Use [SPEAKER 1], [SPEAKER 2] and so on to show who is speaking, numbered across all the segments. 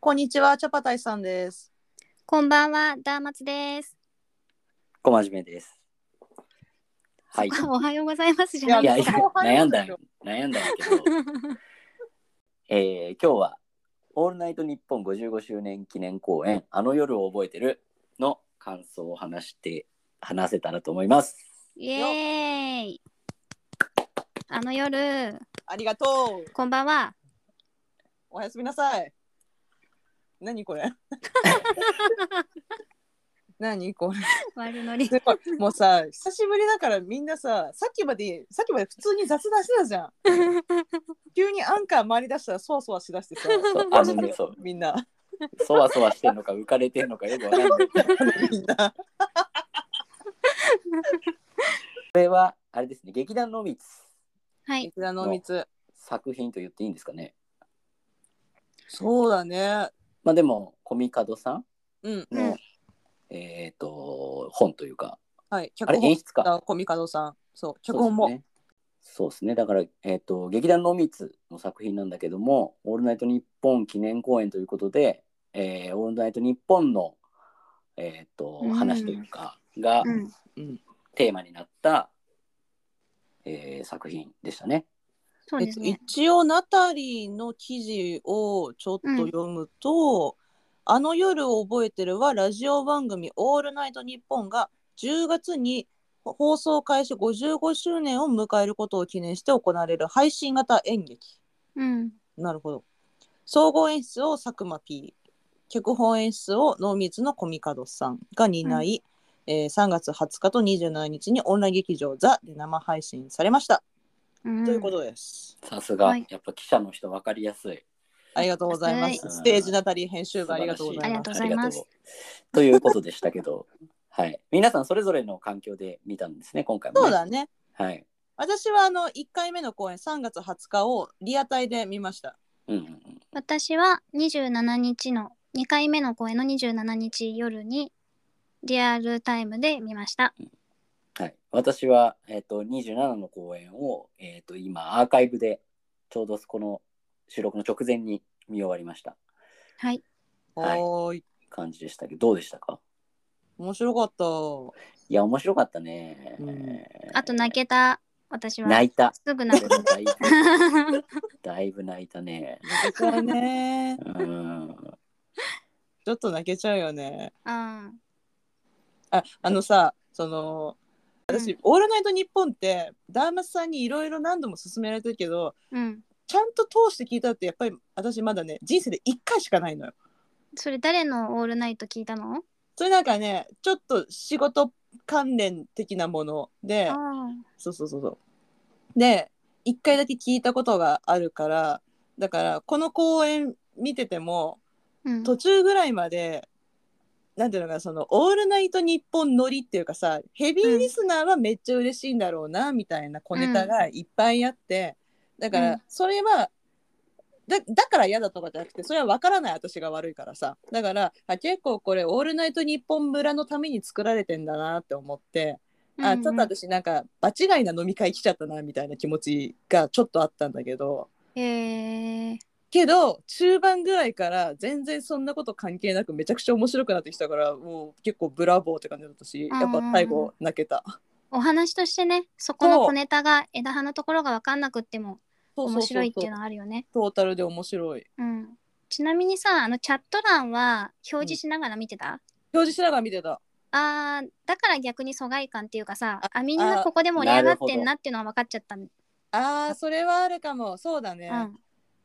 [SPEAKER 1] こんにちは、チャパタイさんです。
[SPEAKER 2] こんばんは、ダーマツです。
[SPEAKER 3] 小真面目です。はい。い
[SPEAKER 2] あおはようございますじゃ
[SPEAKER 1] い
[SPEAKER 2] な
[SPEAKER 3] や、
[SPEAKER 2] いで
[SPEAKER 3] い
[SPEAKER 2] す
[SPEAKER 3] や
[SPEAKER 2] か。
[SPEAKER 3] 悩んだん悩んだんやけど、えー今日はオールナイトニッポン55周年記念公演あの夜を覚えてるの感想を話して話せたらと思います。
[SPEAKER 2] イエーイ。あの夜、
[SPEAKER 1] ありがとう。
[SPEAKER 2] こんばんは。
[SPEAKER 1] おやすみなさい。何こ れ何これ
[SPEAKER 2] 悪ノリ。
[SPEAKER 1] すごいもうさ、久しぶりだからみんなさ、さっきまで、さっきまで普通に雑談してたじゃん。急にアンカー回り出したらそわそわしだしてさ、
[SPEAKER 3] そうあのね、そう、
[SPEAKER 1] みんな、
[SPEAKER 3] そわそわしてんのか浮かれてんのかよくわかんない。
[SPEAKER 1] みんな。
[SPEAKER 3] これはあれですね、劇団のみ
[SPEAKER 2] はい。
[SPEAKER 1] 池田の密。
[SPEAKER 3] 作品と言っていいんですかね。
[SPEAKER 1] そうだね。
[SPEAKER 3] まあでも、コミカドさん
[SPEAKER 1] うん。
[SPEAKER 3] の、
[SPEAKER 2] うん
[SPEAKER 3] えっ、と、本というか、
[SPEAKER 1] はい。
[SPEAKER 3] あ
[SPEAKER 1] 脚
[SPEAKER 3] れ
[SPEAKER 1] 本
[SPEAKER 3] 演出か。
[SPEAKER 1] だ、コミカドさん。そう、脚本も。
[SPEAKER 3] そうですね。そうですねだから、えっ、と、劇団の密の作品なんだけども、オールナイトニッポン記念公演ということで、えーオールナイトニッポンの、えっ、と
[SPEAKER 2] う、ん
[SPEAKER 3] 話というか、が
[SPEAKER 2] うん。
[SPEAKER 1] うん。
[SPEAKER 3] テーマになった、えー作品でしたね。
[SPEAKER 2] そうです
[SPEAKER 1] えっ
[SPEAKER 2] ね
[SPEAKER 1] と。一応ナタリーの記事をちょっと読むと「あの夜を覚えてる」はラジオ番組「オールナイトニッポン」が10月に放送開始55周年を迎えることを記念して行われる配信型演劇
[SPEAKER 2] うん。
[SPEAKER 1] なるほど総合演出を佐久間 P 脚本演出を能水のコミカドさんが担い、えー3月20日と27日にオンライン劇場「ザ」で生配信されました、
[SPEAKER 2] うん
[SPEAKER 1] ということです。
[SPEAKER 3] さすが、
[SPEAKER 2] はい
[SPEAKER 3] やっぱ記者の人分かりやすい。
[SPEAKER 1] ありがとうございます。
[SPEAKER 3] はい
[SPEAKER 1] ステージナタリー編集部ありがとうござい
[SPEAKER 2] あり
[SPEAKER 1] ます
[SPEAKER 2] がと。うございます
[SPEAKER 3] ありがとうということでしたけど、はい。皆さんそれぞれの環境で見たんですね、今回も、
[SPEAKER 1] そうだ。ね。
[SPEAKER 3] はい。
[SPEAKER 1] 私はあの1回目の公演3月20日をリアタイで見ました。
[SPEAKER 3] うんうんうん。
[SPEAKER 2] 私は27日の2回目の公演の27日夜にリアルタイムで見ました。
[SPEAKER 3] はい、私は、えっと27の公演を、えっと今アーカイブでちょうどこの収録の直前に見終わりました
[SPEAKER 2] はい。
[SPEAKER 3] は
[SPEAKER 1] は
[SPEAKER 3] い
[SPEAKER 1] ーい。
[SPEAKER 3] 感じでしたけどどうでしたか
[SPEAKER 1] 面白かった。
[SPEAKER 3] いや面白かったね、
[SPEAKER 1] うん
[SPEAKER 2] あと泣けた私は。
[SPEAKER 3] 泣い た
[SPEAKER 2] すぐ泣く。
[SPEAKER 3] だいぶ だいぶ泣いたね
[SPEAKER 1] 泣けちゃうね。
[SPEAKER 3] うん
[SPEAKER 1] ちょっと泣けちゃうよね。
[SPEAKER 2] うん。
[SPEAKER 1] あ、あのさ、その私、オールナイトニッポンってダーマスさんにいろいろ何度も勧められてるけど、
[SPEAKER 2] うん。
[SPEAKER 1] ちゃんと通して聞いたってやっぱり私まだね人生で1回しかないのよ。
[SPEAKER 2] それ誰のオールナイト聞いたの
[SPEAKER 1] それなんかねちょっと仕事関連的なもので。
[SPEAKER 2] ああ。
[SPEAKER 1] そうそうそうそう。で一回だけ聞いたことがあるからだからこの公演見てても
[SPEAKER 2] うん。
[SPEAKER 1] 途中ぐらいまでなんていうのかなその「オールナイトニッポン」乗りっていうかさヘビーリスナーはめっちゃ嬉しいんだろうな、みたいな小ネタがいっぱいあって、だか
[SPEAKER 2] う
[SPEAKER 1] ら
[SPEAKER 2] ん
[SPEAKER 1] それは。だだから嫌だとかじゃなくてそれは分からない私が悪いからさだからあ結構これ「オールナイトニッポン村」のために作られてんだなって思って、あちょっと
[SPEAKER 2] と。
[SPEAKER 1] 私なんか場違いな飲み会来ちゃったなみたいな気持ちがちょっとあったんだけど
[SPEAKER 2] へえ。
[SPEAKER 1] けど中盤ぐらいから全然そんなこと関係なくめちゃくちゃ面白くなってきたからもう結構ブラボーって感じだったしやっぱ最後泣けた。
[SPEAKER 2] お話としてね、そこの
[SPEAKER 1] そう
[SPEAKER 2] 小ネタが枝葉のところが分かんなくっても
[SPEAKER 1] そうそ
[SPEAKER 2] 面
[SPEAKER 1] うそ
[SPEAKER 2] 白
[SPEAKER 1] う
[SPEAKER 2] いってい
[SPEAKER 1] そうう
[SPEAKER 2] のはあるよね。
[SPEAKER 1] トータルで面白い
[SPEAKER 2] うん。ちなみにさ、あのチャット欄は表示しながら見てた、
[SPEAKER 1] 表示しながら見てた
[SPEAKER 2] あーだから逆に疎外感っていうかさ、
[SPEAKER 1] あ
[SPEAKER 2] あ、みんなここで盛り上がってんなっていうのは分かっちゃったんだ。
[SPEAKER 1] あーそれはあるかもそうだね、
[SPEAKER 2] うん。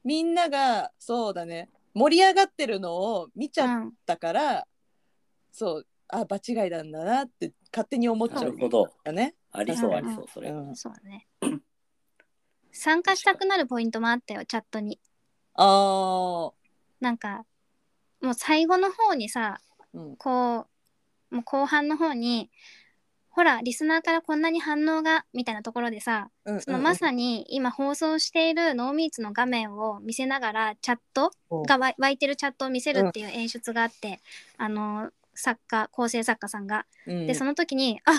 [SPEAKER 1] みんながそうだね盛り上がってるのを見ち
[SPEAKER 2] う
[SPEAKER 1] ゃっ
[SPEAKER 2] ん。
[SPEAKER 1] たから、そうあ場違いなんだなって勝手に思っちゃ
[SPEAKER 3] なる
[SPEAKER 1] う
[SPEAKER 3] ほど
[SPEAKER 1] よね。
[SPEAKER 3] ありそう
[SPEAKER 2] うん
[SPEAKER 3] ありそうそれ、
[SPEAKER 1] うん
[SPEAKER 2] そうだね。参加したくなるポイントもあったよ、チャットに。
[SPEAKER 1] ああ、
[SPEAKER 2] なんか、もう最後の方にさ、
[SPEAKER 1] うん、
[SPEAKER 2] こうもう後半の方にほらリスナーからこんなに反応がみたいなところでさ
[SPEAKER 1] うん、
[SPEAKER 2] そのまさに今放送しているノーミーツの画面を見せながらチャット
[SPEAKER 1] うん
[SPEAKER 2] がわ湧いてるチャットを見せるっていう演出があって、あの作家構成作家さんが。
[SPEAKER 1] うん、
[SPEAKER 2] でその時に「あ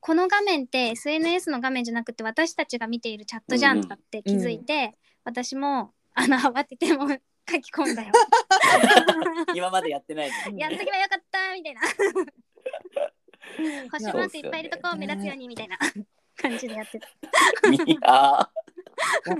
[SPEAKER 2] この画面って SNS の画面じゃなくて私たちが見ているチャットじゃ
[SPEAKER 3] うん
[SPEAKER 2] ん」
[SPEAKER 3] うん
[SPEAKER 2] とかって気づいて、私もあの慌ててもう書き込んだよ。
[SPEAKER 3] 今までやってないのに
[SPEAKER 2] やっとけばよかったみたいな。星マークいっぱいいるとこ
[SPEAKER 1] そうっすよね
[SPEAKER 2] 目立つようにみたいな感じでやってた。
[SPEAKER 3] いや
[SPEAKER 1] わ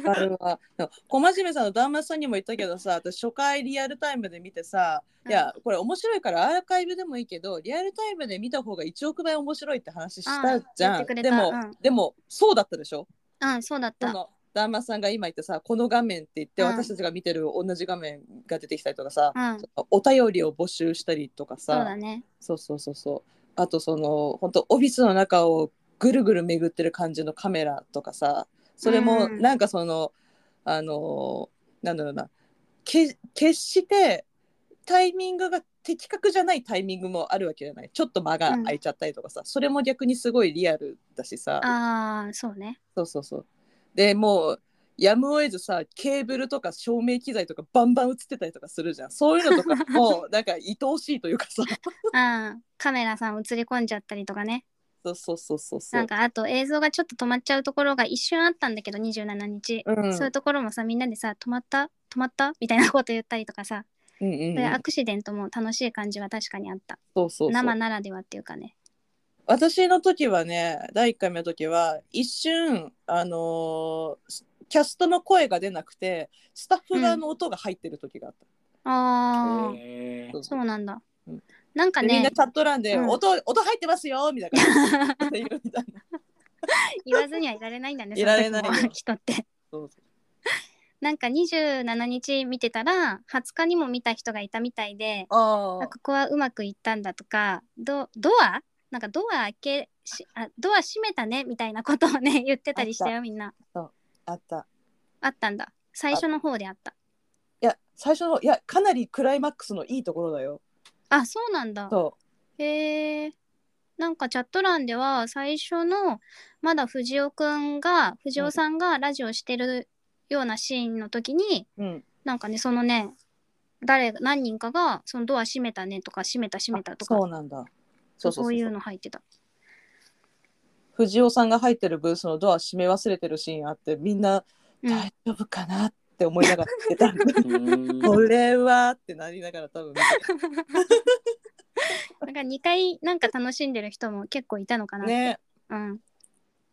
[SPEAKER 1] かるわ。でも小真面目さんの旦那さんにも言ったけどさ、私初回リアルタイムで見てさ、いや、これ面白いからアーカイブでもいいけど、リアルタイムで見た方が1億倍面白いって話したじ
[SPEAKER 2] あー言っ
[SPEAKER 1] ゃ
[SPEAKER 2] て
[SPEAKER 1] ん。
[SPEAKER 2] くれ
[SPEAKER 1] で
[SPEAKER 2] た
[SPEAKER 1] も、
[SPEAKER 2] うん
[SPEAKER 1] でも、そうだったでしょ
[SPEAKER 2] うん、そうだっ
[SPEAKER 1] そ
[SPEAKER 2] た。
[SPEAKER 1] の旦那さんが今言ってさ、この画面って言って、
[SPEAKER 2] うん
[SPEAKER 1] 私たちが見てる同じ画面が出てきたりとかさ、
[SPEAKER 2] うん、そう
[SPEAKER 1] そのお便りを募集したりとか
[SPEAKER 2] だ
[SPEAKER 1] さ、
[SPEAKER 2] ね。
[SPEAKER 1] そうそうそうそう。あとその、本当オフィスの中をぐるぐる巡ってる感じのカメラとかさ、それも
[SPEAKER 2] うん
[SPEAKER 1] なんかその、あのー、なんだろうな、け決してタイミングが的確じゃないタイミングもあるわけじゃない。ちょっと間が空いちゃったりとかさ、それも逆にすごいリアルだしさ。
[SPEAKER 2] ああ、そうね。
[SPEAKER 1] そうそうそう。でもうやむを得ずさケーブルとか照明機材とかバンバン映ってたりとかするじゃんそういうのとか もうなんか愛おしいというかさ
[SPEAKER 2] あーカメラさん映り込んじゃったりとかね。
[SPEAKER 1] そうそうそうそうそう
[SPEAKER 2] なんかあと映像がちょっと止まっちゃうところが一瞬あったんだけど、27日。
[SPEAKER 1] うん
[SPEAKER 2] そういうところもさ、みんなでさ、止まった止まったみたいなこと言ったりとかさ、
[SPEAKER 1] うんうんうん
[SPEAKER 2] そういうアクシデントも楽しい感じは確かにあった。
[SPEAKER 1] そうそうそ
[SPEAKER 2] 生
[SPEAKER 1] う
[SPEAKER 2] ならではっていうかね。
[SPEAKER 1] 私の時はね第1回目の時は一瞬あのーキャストの声が出なくてスタッフ側の音が入ってる時があった、
[SPEAKER 2] ああ、
[SPEAKER 3] ー
[SPEAKER 1] そうそ
[SPEAKER 2] そううなんだ
[SPEAKER 1] うん。
[SPEAKER 2] なんか
[SPEAKER 1] でみん
[SPEAKER 2] ね
[SPEAKER 1] なチ、ャット欄で、
[SPEAKER 2] うん
[SPEAKER 1] 音音入ってますよみたいな感じで言うみたいな
[SPEAKER 2] 言わずにはいられない んだね。
[SPEAKER 1] いられないよ
[SPEAKER 2] その時も人って。
[SPEAKER 1] そうそう
[SPEAKER 2] なんか27日見てたら、20日にも見た人がいたみたいで、
[SPEAKER 1] あ ー
[SPEAKER 2] あここはうまくいったんだとか、ドドアなんかドア開けしあ、ドア閉めたねみたいなことをね、 言ってたりしたよ、みんな。
[SPEAKER 1] あった
[SPEAKER 2] あったんだ。最初の方であった。
[SPEAKER 1] いや最初のいやかなりクライマックスのいいところだよ。
[SPEAKER 2] あ、そうなんだ。
[SPEAKER 1] そ
[SPEAKER 2] へえ。なんかチャット欄では最初のまだ藤尾くんが藤尾さんがラジオしてるようなシーンの時に、
[SPEAKER 1] う。うん。
[SPEAKER 2] なんかねそのね誰何人かがそのドア閉めたねとか閉めた閉めたとか
[SPEAKER 1] そうなんだ。そうそうそう
[SPEAKER 2] そういう
[SPEAKER 1] の。
[SPEAKER 2] の入ってた。
[SPEAKER 1] 藤尾さんが入ってるブースのドア閉め忘れてるシーンあってみんな
[SPEAKER 2] うん
[SPEAKER 1] 大丈夫かなって思いながら見てた。
[SPEAKER 3] うーん
[SPEAKER 1] これはってなりながら多分見て
[SPEAKER 2] なんか2回なんか楽しんでる人も結構いたのか
[SPEAKER 1] た
[SPEAKER 2] な。
[SPEAKER 1] ね。
[SPEAKER 2] うん
[SPEAKER 1] っ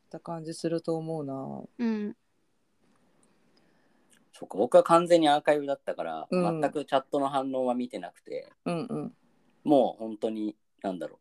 [SPEAKER 1] た感じすると思うな。
[SPEAKER 2] うん
[SPEAKER 3] そっか僕は完全にアーカイブだったから、
[SPEAKER 1] うん
[SPEAKER 3] 全くチャットの反応は見てなくて
[SPEAKER 1] うんうん。
[SPEAKER 3] もう本当になんだろう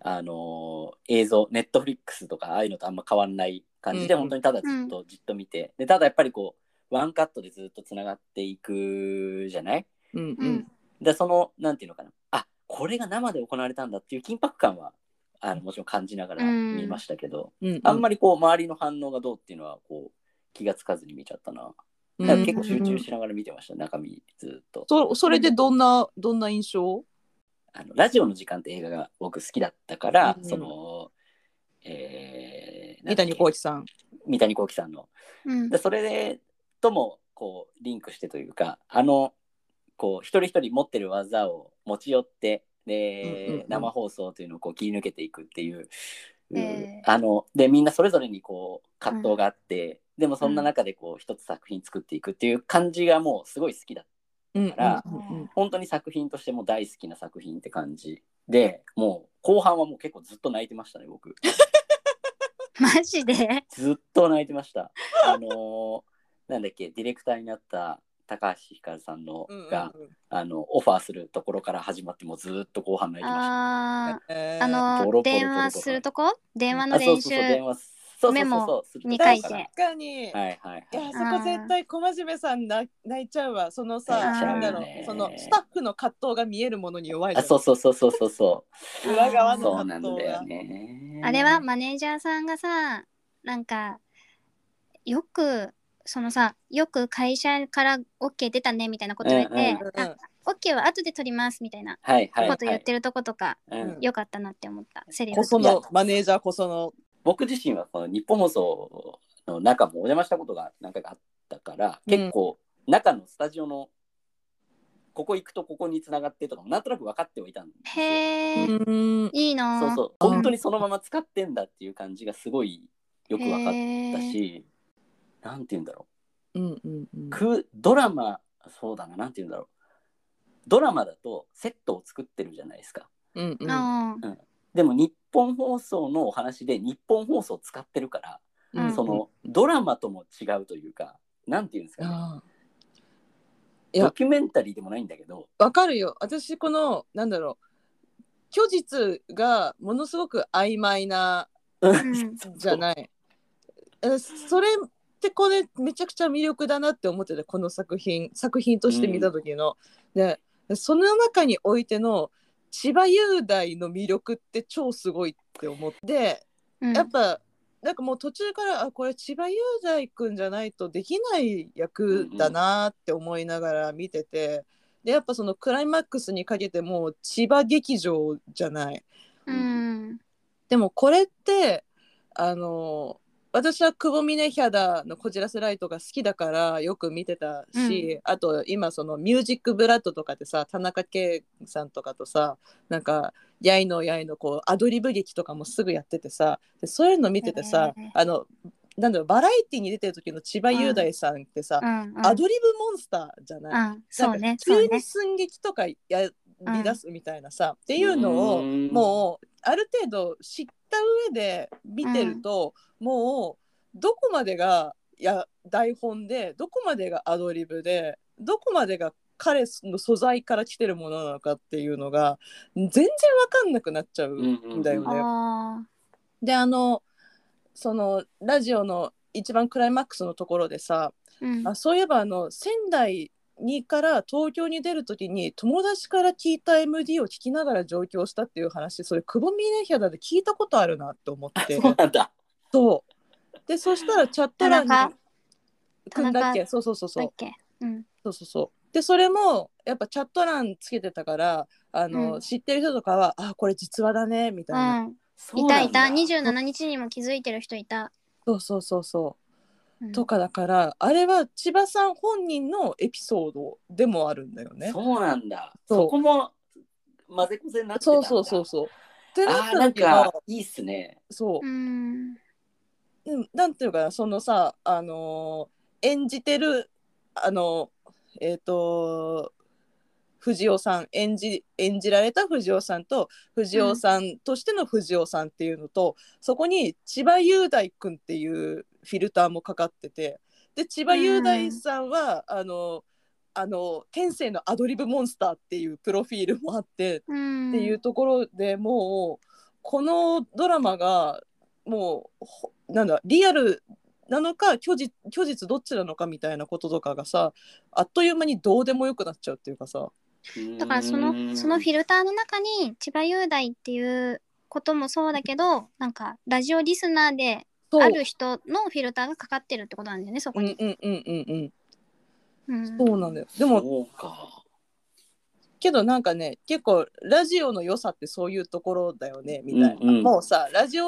[SPEAKER 3] あのー映像ネットフリックスとかああいうのとあんま変わんない感じで、
[SPEAKER 1] うん
[SPEAKER 3] 本当にただずっとじっと見て、でただやっぱりこうワンカットでずっとつながっていくじゃない
[SPEAKER 1] うん
[SPEAKER 2] う
[SPEAKER 1] うんん。
[SPEAKER 3] でそのなんていうのかなあこれが生で行われたんだっていう緊迫感はあのもちろん感じながら
[SPEAKER 2] うん
[SPEAKER 3] 見ましたけど、
[SPEAKER 1] うん
[SPEAKER 3] あんまりこう周りの反応がどうっていうのはこう気がつかずに見ちゃったな
[SPEAKER 1] り
[SPEAKER 3] だから
[SPEAKER 2] ん
[SPEAKER 3] 結構集中しながら見てました、中身ずっと
[SPEAKER 1] そそれでどんなどんな印象？
[SPEAKER 3] あのラジオの時間って映画が僕好きだったから、
[SPEAKER 1] うん
[SPEAKER 3] そのえー、
[SPEAKER 1] 三谷幸喜さん。
[SPEAKER 3] 三谷幸喜さんの
[SPEAKER 2] うん
[SPEAKER 3] でそれともこうリンクしてというかあのこう一人一人持ってる技を持ち寄ってで、
[SPEAKER 1] うんうんうん
[SPEAKER 3] 生放送というのをこう切り抜けていくっていう、うん
[SPEAKER 2] えー
[SPEAKER 3] あのでみんなそれぞれにこう葛藤があって、でもそんな中でこう一つ作品作っていくっていう感じがもうすごい好きだった
[SPEAKER 1] うん
[SPEAKER 3] から
[SPEAKER 1] うんうんうん
[SPEAKER 3] 本当に作品としても大好きな作品って感じでもう後半はもう結構ずっと泣いてましたね僕
[SPEAKER 2] マジで
[SPEAKER 3] ずっと泣いてました あのーなんだっけディレクターになった高橋ひかるさんの
[SPEAKER 1] うんうん
[SPEAKER 3] が、あのオファーするところから始まってもうずっと後半泣いてま
[SPEAKER 2] あ
[SPEAKER 1] え
[SPEAKER 2] ー
[SPEAKER 1] ー
[SPEAKER 2] あ
[SPEAKER 3] ボ
[SPEAKER 2] の
[SPEAKER 3] ロボロボロ
[SPEAKER 2] 電話するとこ電話
[SPEAKER 3] した
[SPEAKER 2] の
[SPEAKER 3] あそ
[SPEAKER 2] 練習
[SPEAKER 3] うそうそう電話そうそう
[SPEAKER 2] メ
[SPEAKER 3] そう
[SPEAKER 2] モ
[SPEAKER 3] そうする
[SPEAKER 2] 二
[SPEAKER 3] ところ
[SPEAKER 2] 回
[SPEAKER 1] 確
[SPEAKER 2] 生
[SPEAKER 3] からは
[SPEAKER 1] かに。
[SPEAKER 3] いはい
[SPEAKER 1] い
[SPEAKER 3] は
[SPEAKER 1] や
[SPEAKER 3] い
[SPEAKER 1] そこ絶対小真面目さんな泣いちゃうわそのさ
[SPEAKER 2] 泣いちゃ
[SPEAKER 1] な
[SPEAKER 2] うんね
[SPEAKER 1] だろうそのスタッフの葛藤が見えるものに弱いじ
[SPEAKER 3] あ
[SPEAKER 1] ゃん
[SPEAKER 3] そうそうそうそうそうそ
[SPEAKER 1] 裏側
[SPEAKER 3] う
[SPEAKER 1] の
[SPEAKER 3] そうな
[SPEAKER 1] 葛
[SPEAKER 3] んだ
[SPEAKER 1] 藤
[SPEAKER 3] よ
[SPEAKER 1] が
[SPEAKER 3] ね
[SPEAKER 2] あれはマネージャーさんがさなんかよくそのさよく会社から OK 出たねみたいなこと言って、
[SPEAKER 3] うん
[SPEAKER 1] うんうん
[SPEAKER 2] あ OK は後で取りますみたいな
[SPEAKER 3] はいはい
[SPEAKER 2] こと
[SPEAKER 3] は
[SPEAKER 2] 言っ
[SPEAKER 3] い、
[SPEAKER 2] てるとことか、
[SPEAKER 3] うん
[SPEAKER 1] うん
[SPEAKER 2] よかったなって思ったセリフ
[SPEAKER 1] こそのマネージャーこその
[SPEAKER 3] 僕自身はこの日本放送の中もお邪魔したことが何回かあったから
[SPEAKER 1] うん
[SPEAKER 3] 結構中のスタジオのここ行くとここに繋がってとかもなんとなく分かってはいたんですよ
[SPEAKER 2] へえ、
[SPEAKER 1] うん
[SPEAKER 2] いいな
[SPEAKER 3] そうそうう本当にそのまま使ってんだっていう感じがすごいよく分かったし、なんて言うんだろ
[SPEAKER 1] うんうんうん
[SPEAKER 3] うくドラマそうだななんて言うんだろうドラマだとセットを作ってるじゃないですか
[SPEAKER 1] うんうん
[SPEAKER 2] あー
[SPEAKER 3] でも日本放送のお話で日本放送使ってるか
[SPEAKER 2] う
[SPEAKER 3] ら、
[SPEAKER 2] ん
[SPEAKER 3] そのドラマとも違うというかなんて言うんですかね
[SPEAKER 1] あいや
[SPEAKER 3] ドキュメンタリーでもないんだけど
[SPEAKER 1] わかるよ私このなんだろう虚実がものすごく曖昧な
[SPEAKER 2] うん
[SPEAKER 1] じゃないえそれってこれめちゃくちゃ魅力だなって思っててこの作品作品として見た時の、でその中においての千葉雄大の魅力って超すごいって思って
[SPEAKER 2] うん
[SPEAKER 1] やっぱなんかもう途中からあこれ千葉雄大くんじゃないとできない役だなって思いながら見ててでやっぱそのクライマックスにかけてもう千葉劇場じゃない
[SPEAKER 2] うん
[SPEAKER 1] でもこれってあの私は久保峰ヒャダの「こじらせライト」が好きだからよく見てたし、あと今その「ミュージックブラッド」とかでさ田中圭さんとかとさなんかやいのやいのこうアドリブ劇とかもすぐやっててさでそういうの見ててさ、
[SPEAKER 2] へー
[SPEAKER 1] あのなんだろうバラエティに出てる時の千葉雄大さんってさ、
[SPEAKER 2] うんうん
[SPEAKER 1] アドリブモンスターじゃない、
[SPEAKER 2] うん
[SPEAKER 1] な
[SPEAKER 2] そうんね
[SPEAKER 1] か
[SPEAKER 2] そう
[SPEAKER 1] 急
[SPEAKER 2] ね
[SPEAKER 1] に寸劇とかやり出すみたいなさ、っていうの
[SPEAKER 3] う
[SPEAKER 1] を
[SPEAKER 3] ん
[SPEAKER 1] もうある程度知った上で見てると、もうどこまでがいや台本でどこまでがアドリブでどこまでが彼の素材から来てるものなのかっていうのが全然わかんなくなっちゃうんだよね。
[SPEAKER 3] うんうん
[SPEAKER 2] あ
[SPEAKER 1] であのそのラジオの一番クライマックスのところでさ、
[SPEAKER 2] ーうん
[SPEAKER 1] あそういえばあの仙台にから東京に出るときに友達から聞いた MD を聞きながら上京したっていう話それ久保峰ヒャダで聞いたことあるなって思っ て
[SPEAKER 3] そうなんだ
[SPEAKER 1] そうでそしたらチャット欄に
[SPEAKER 2] 田中
[SPEAKER 1] くんだっ
[SPEAKER 2] 田
[SPEAKER 1] けそうそうそうそ
[SPEAKER 2] だ
[SPEAKER 1] う
[SPEAKER 2] っけうん
[SPEAKER 1] そうそうそうでそれもやっぱチャット欄つけてたからあの、
[SPEAKER 2] うん
[SPEAKER 1] 知ってる人とかは「あこれ実話だね」みたいな、
[SPEAKER 2] うん
[SPEAKER 3] そう
[SPEAKER 2] いた
[SPEAKER 3] ないん
[SPEAKER 2] た
[SPEAKER 3] だ
[SPEAKER 2] 27日にも気づいてる人いた
[SPEAKER 1] そうそうそうそう
[SPEAKER 2] うん
[SPEAKER 1] とかだからあれは千葉さん本人のエピソードでもあるんだよね。
[SPEAKER 3] そうなんだ
[SPEAKER 1] そう
[SPEAKER 3] そこも混ぜこぜになってたん
[SPEAKER 1] そう
[SPEAKER 3] だ
[SPEAKER 1] そうそうそう。ってなっ
[SPEAKER 3] あーな
[SPEAKER 1] た
[SPEAKER 3] ん
[SPEAKER 1] 時は
[SPEAKER 3] かいいっすね
[SPEAKER 1] そう
[SPEAKER 2] う、ん
[SPEAKER 1] うん、なんていうかなそのさあのー演じてるあのえっ、と藤尾さん演じ演じられた藤尾さんと藤尾さんとしての藤尾さんっていうのと、そこに千葉雄大君っていうフィルターもかかっててで千葉雄大さんは、あのあの天性のアドリブモンスターっていうプロフィールもあって
[SPEAKER 2] うん
[SPEAKER 1] っていうところでもうこのドラマがもうほなんだリアルなのか虚実虚実どっちなのかみたいなこととかがさあっという間にどうでもよくなっちゃうっていうかさ
[SPEAKER 2] だからそのそのフィルターの中に千葉雄大っていうこともそうだけどなんかラジオリスナーで
[SPEAKER 1] そう
[SPEAKER 2] ある人のフィルターがかかってるってことなんだよねそこ
[SPEAKER 1] うん
[SPEAKER 2] に。
[SPEAKER 1] うんうんうん
[SPEAKER 2] うん
[SPEAKER 1] うんそうなんだよでも
[SPEAKER 3] もそうか
[SPEAKER 1] けどなんかね結構ラジオの良さってそういうところだよねみたいな、
[SPEAKER 3] うんうん
[SPEAKER 1] もうさラジオ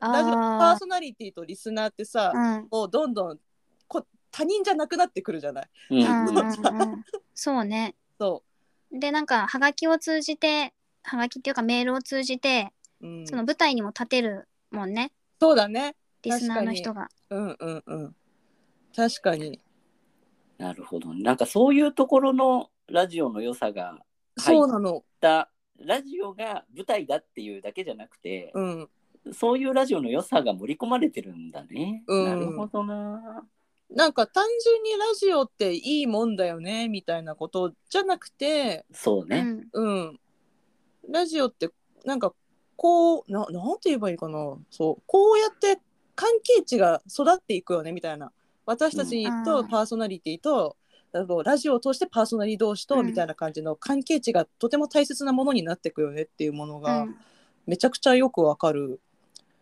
[SPEAKER 1] ラジオパー
[SPEAKER 2] あ
[SPEAKER 1] ソナリティとリスナーってさ、
[SPEAKER 2] ーうん
[SPEAKER 1] もうどんどんこ他人じゃなくなってくるじゃない
[SPEAKER 3] うん
[SPEAKER 2] うん
[SPEAKER 3] うん
[SPEAKER 2] うんうんそうね。
[SPEAKER 1] そ
[SPEAKER 2] でなんかハガキを通じてハガキっていうかメールを通じて
[SPEAKER 1] う、うん、
[SPEAKER 2] その舞台にも立てるもんね
[SPEAKER 1] そうだね
[SPEAKER 2] リスナーの人が。
[SPEAKER 1] うんうんうん確かに
[SPEAKER 3] なるほどなんかそういうところのラジオの良さがはい
[SPEAKER 1] そうなの、
[SPEAKER 3] だラジオが舞台だっていうだけじゃなくて、
[SPEAKER 1] うん
[SPEAKER 3] そういうラジオの良さが盛り込まれてるんだね、
[SPEAKER 1] うん
[SPEAKER 3] なるほどな
[SPEAKER 1] なんか単純にラジオっていいもんだよねみたいなことじゃなくて
[SPEAKER 3] そう
[SPEAKER 2] う
[SPEAKER 3] ね、
[SPEAKER 2] ん
[SPEAKER 1] うんラジオってなんかこうななんて言えばいいかなそうこうやって関係値が育っていくよねみたいな私たち
[SPEAKER 2] う
[SPEAKER 1] と
[SPEAKER 2] ん
[SPEAKER 1] パーソナリティと、あのラジオを通してパーソナリティ同士
[SPEAKER 2] う
[SPEAKER 1] と
[SPEAKER 2] ん
[SPEAKER 1] みたいな感じの関係値がとても大切なものになっていくよねっていうもの
[SPEAKER 2] う
[SPEAKER 1] が
[SPEAKER 2] ん
[SPEAKER 1] めちゃくちゃよくわかる、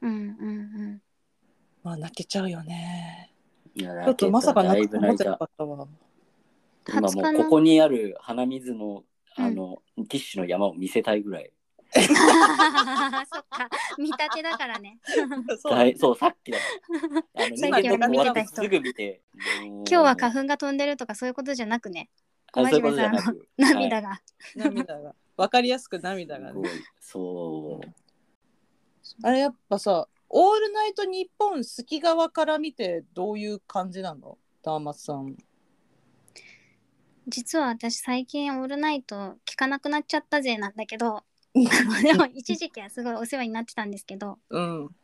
[SPEAKER 2] うんうん
[SPEAKER 1] まあ泣けちゃうよね。
[SPEAKER 3] いや
[SPEAKER 1] ちょっとまさか
[SPEAKER 3] だ
[SPEAKER 1] ないく
[SPEAKER 3] ぶ
[SPEAKER 1] 思
[SPEAKER 3] 泣
[SPEAKER 1] っ
[SPEAKER 3] い
[SPEAKER 1] てな
[SPEAKER 3] た
[SPEAKER 1] かったわ。
[SPEAKER 2] うん。
[SPEAKER 3] 今
[SPEAKER 2] 20
[SPEAKER 3] も
[SPEAKER 2] 日
[SPEAKER 3] う
[SPEAKER 2] の
[SPEAKER 3] ここにある鼻水のあの、ティッシュの山を見せたいぐらい
[SPEAKER 2] そっか、見立てだからね。
[SPEAKER 1] そ
[SPEAKER 3] だいそうさっき だあの
[SPEAKER 2] さ
[SPEAKER 3] 人
[SPEAKER 2] っき
[SPEAKER 3] 間ドック終わ
[SPEAKER 2] 見てた
[SPEAKER 3] って
[SPEAKER 2] 人
[SPEAKER 3] すぐ見て今
[SPEAKER 2] 今日は花粉が飛んでるとかそういうことじゃなくね、
[SPEAKER 3] そういうことじゃな
[SPEAKER 2] 小
[SPEAKER 3] く
[SPEAKER 2] 涙が。
[SPEAKER 1] 涙が。わかりやすく涙
[SPEAKER 3] は
[SPEAKER 1] が
[SPEAKER 3] い、す
[SPEAKER 1] ね。
[SPEAKER 3] ごいそう
[SPEAKER 1] あれやっぱさ、オールナイトニッポン好き側から見てどういう感じなのダーマスさん。
[SPEAKER 2] 実は私最近「オールナイト」聞かなくなっちゃったぜなんだ けどでも一時期はすごいお世話になってたんですけど
[SPEAKER 1] うん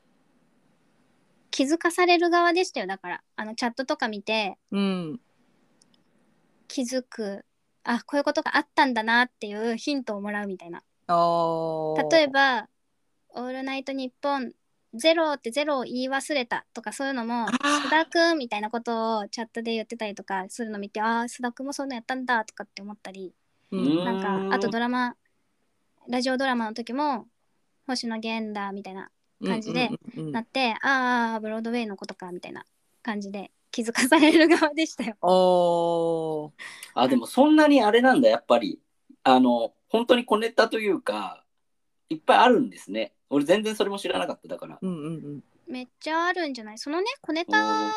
[SPEAKER 2] 気づかされる側でしたよだからあのチャットとか見て
[SPEAKER 1] うん
[SPEAKER 2] 気づくあこういうことがあったんだなっていうヒントをもらうみたいな
[SPEAKER 1] ああ
[SPEAKER 2] 例えば「オールナイトニッポンゼロってゼロを言い忘れたとかそういうのも
[SPEAKER 1] あー
[SPEAKER 2] 「須田くん」みたいなことをチャットで言ってたりとかするの見てああ須田くんもそういうのやったんだとかって思ったり
[SPEAKER 1] う
[SPEAKER 3] うん
[SPEAKER 1] ん
[SPEAKER 2] なんかあとドラマラジオドラマの時も「星野源だ」みたいな感じで
[SPEAKER 1] うんうんうん
[SPEAKER 2] なって、ああブロードウェイのことかみたいな感じで気づかされる側でしたよ。
[SPEAKER 1] おー
[SPEAKER 3] あでもそんなにあれなんだやっぱりあの本当に小ネタというかいっぱいあるんですね俺全然それも知らなかっただから
[SPEAKER 1] うんうんうん
[SPEAKER 2] めっちゃあるんじゃないそのね小ネタの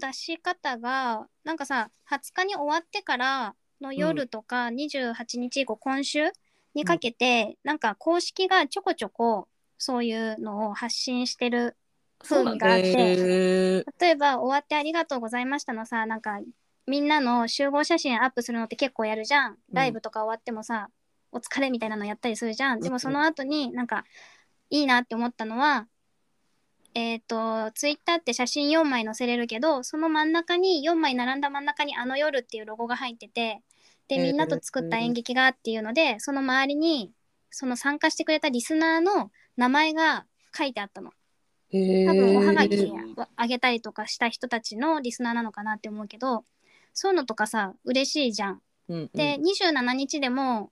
[SPEAKER 2] 出し方がなんかさ20日に終わってからの夜とか28日以降今週にかけて、なんか公式がちょこちょこそういうのを発信してる風味があって。
[SPEAKER 1] へー
[SPEAKER 2] 例えば「終わってありがとうございました」のさなんかみんなの集合写真アップするのって結構やるじゃんライブとか終わってもさ、お疲れみたいなのやったりするじゃん
[SPEAKER 1] う
[SPEAKER 2] で
[SPEAKER 1] んう
[SPEAKER 2] も
[SPEAKER 1] ん
[SPEAKER 2] その後になんかいいなって思ったのはえっ、とツイッターって写真4枚載せれるけどその真ん中に4枚並んだ真ん中に「あの夜」っていうロゴが入っててで
[SPEAKER 1] へー
[SPEAKER 2] みんなと作った演劇がっていうのでその周りにその参加してくれたリスナーの名前が書いてあったの。多分おはがきあげたりとかした人たちのリスナーなのかなって思うけどそういうのとかさ嬉しいじゃん。
[SPEAKER 1] うんうん
[SPEAKER 2] で、27日でも、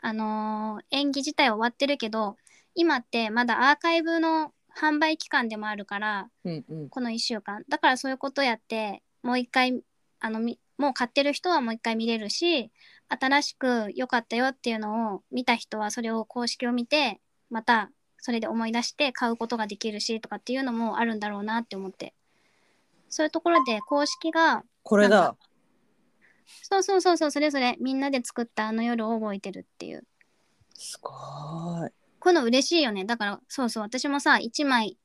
[SPEAKER 2] あのー演技自体は終わってるけど今ってまだアーカイブの販売期間でもあるから
[SPEAKER 1] うんうん
[SPEAKER 2] この1週間だからそういうことやってもう一回あのみもう買ってる人はもう一回見れるし新しく良かったよっていうのを見た人はそれを公式を見てまたそれで思い出して買うことができるしとかっていうのもあるんだろうなって思ってそういうところで公式が
[SPEAKER 1] これ
[SPEAKER 2] なん
[SPEAKER 1] だ
[SPEAKER 2] そうそうそうそうそれぞれみんなで作ったあの夜を覚えてるっていう
[SPEAKER 1] すごーい
[SPEAKER 2] こういうの嬉しいよねだからそうそう私もさ1枚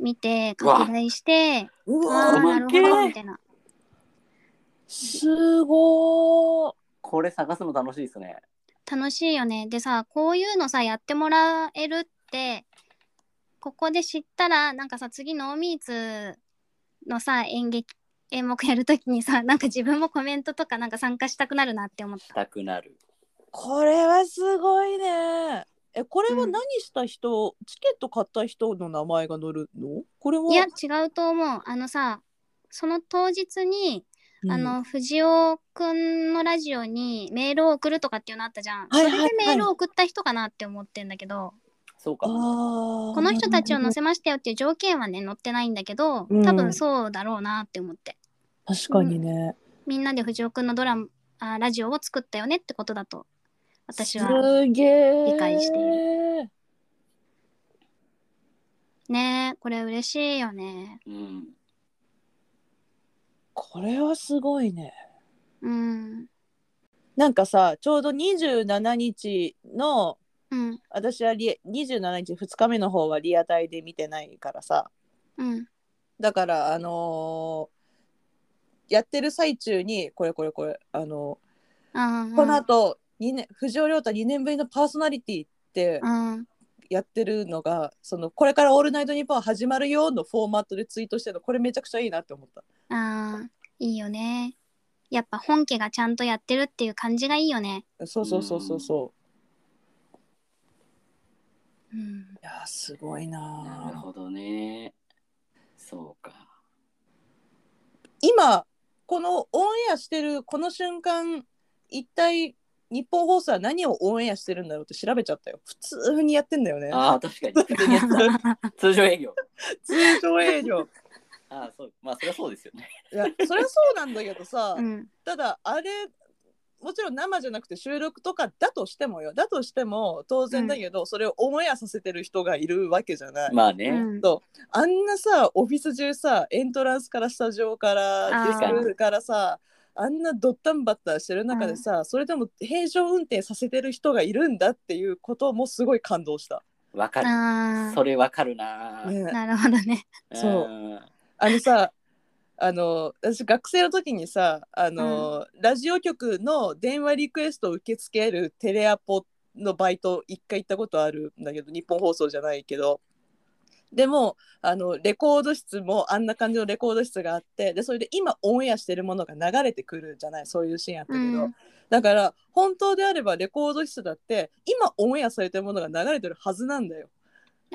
[SPEAKER 2] 見て拡大して
[SPEAKER 1] う
[SPEAKER 2] ああ
[SPEAKER 1] わ
[SPEAKER 2] ーなるほ
[SPEAKER 3] 細けえ
[SPEAKER 2] どみたいな
[SPEAKER 1] すごー
[SPEAKER 3] これ探すの楽しいですね
[SPEAKER 2] 楽しいよねでさこういうのさやってもらえるってここで知ったらなんかさ次ノーミーツのさ演劇演目やるときにさ なんか自分もコメントとかなんか参加したくなるなって思っ
[SPEAKER 3] したたくなる
[SPEAKER 1] これはすごいねえこれは
[SPEAKER 2] うん
[SPEAKER 1] 何した人、チケット買った人の名前が載るのこれはい
[SPEAKER 2] や違うと思うあのさその当日に、
[SPEAKER 1] うん
[SPEAKER 2] あの藤尾くんのラジオにメールを送るとかっていうのあったじゃん、
[SPEAKER 1] はいはいはい
[SPEAKER 2] それでメールを送った人かなって思ってんだけど
[SPEAKER 3] そうか
[SPEAKER 1] こ
[SPEAKER 2] この人たちを載せましたよっていう条件はね載ってないんだけど
[SPEAKER 1] うん
[SPEAKER 2] 多分そうだろうなって思って、
[SPEAKER 1] 確かにね、
[SPEAKER 2] みんなで藤尾くんのドラマあラジオを作ったよねってことだと私は
[SPEAKER 1] すげえ
[SPEAKER 2] 理解してい
[SPEAKER 1] る
[SPEAKER 2] ねこれ嬉しいよね
[SPEAKER 3] うん
[SPEAKER 1] これはすごいね
[SPEAKER 2] うん
[SPEAKER 1] なんかさちょうど27日の
[SPEAKER 2] うん
[SPEAKER 1] 私はリ27日2日目の方はリアタイで見てないからさ
[SPEAKER 2] うん
[SPEAKER 1] だからあのーやってる最中にこれこれこれあの
[SPEAKER 2] あー
[SPEAKER 1] この後二年藤尾亮太2年ぶりのパーソナリティって
[SPEAKER 2] うん
[SPEAKER 1] やってるのがそのこれから「オールナイトニッポン」始まるよのフォーマットでツイートしてるのこれめちゃくちゃいいなって思った
[SPEAKER 2] あーいいよねやっぱ本家がちゃんとやってるっていう感じがいいよね
[SPEAKER 1] そうそうそうそうそう
[SPEAKER 2] うん
[SPEAKER 1] いやーすごい
[SPEAKER 3] な
[SPEAKER 1] な
[SPEAKER 3] る
[SPEAKER 1] ー
[SPEAKER 3] ほどねそうか
[SPEAKER 1] 今このオンエアしてるこの瞬間一体日本放送は何をオンエアしてるんだろうって調べちゃったよ普通にやってんだよね
[SPEAKER 3] ああ確かに普通にや ってた通常営業
[SPEAKER 1] 通常営業
[SPEAKER 3] ああそうまあそりゃそうですよね
[SPEAKER 1] いやそりゃそうなんだけど さ、
[SPEAKER 2] うん
[SPEAKER 1] ただあれもちろん生じゃなくて収録とかだとしてもよだとしても当然だけど、それをオンエアさせてる人がいるわけじゃない、
[SPEAKER 3] まあ
[SPEAKER 2] う
[SPEAKER 3] ね、
[SPEAKER 2] ん
[SPEAKER 1] あんなさオフィス中さエントランスからスタジオから
[SPEAKER 2] あ
[SPEAKER 1] デ
[SPEAKER 2] ー
[SPEAKER 1] ィスクからさあんなドッタンバッタしてる中でさ、それでも平常運転させてる人がいるんだっていうこともすごい感動した。
[SPEAKER 3] わかる。
[SPEAKER 2] あー
[SPEAKER 3] それわかるな。。
[SPEAKER 1] ね
[SPEAKER 2] なるほどね
[SPEAKER 1] そうんあのさあの私学生の時にさあの、ラジオ局の電話リクエストを受け付けるテレアポのバイト一回行ったことあるんだけど日本放送じゃないけどでもあのレコード室もあんな感じのレコード室があってでそれで今オンエアしてるものが流れてくるじゃないそういうシーンあったけど、
[SPEAKER 2] うん
[SPEAKER 1] だから本当であればレコード室だって今オンエアされてるものが流れてるはずなんだよ。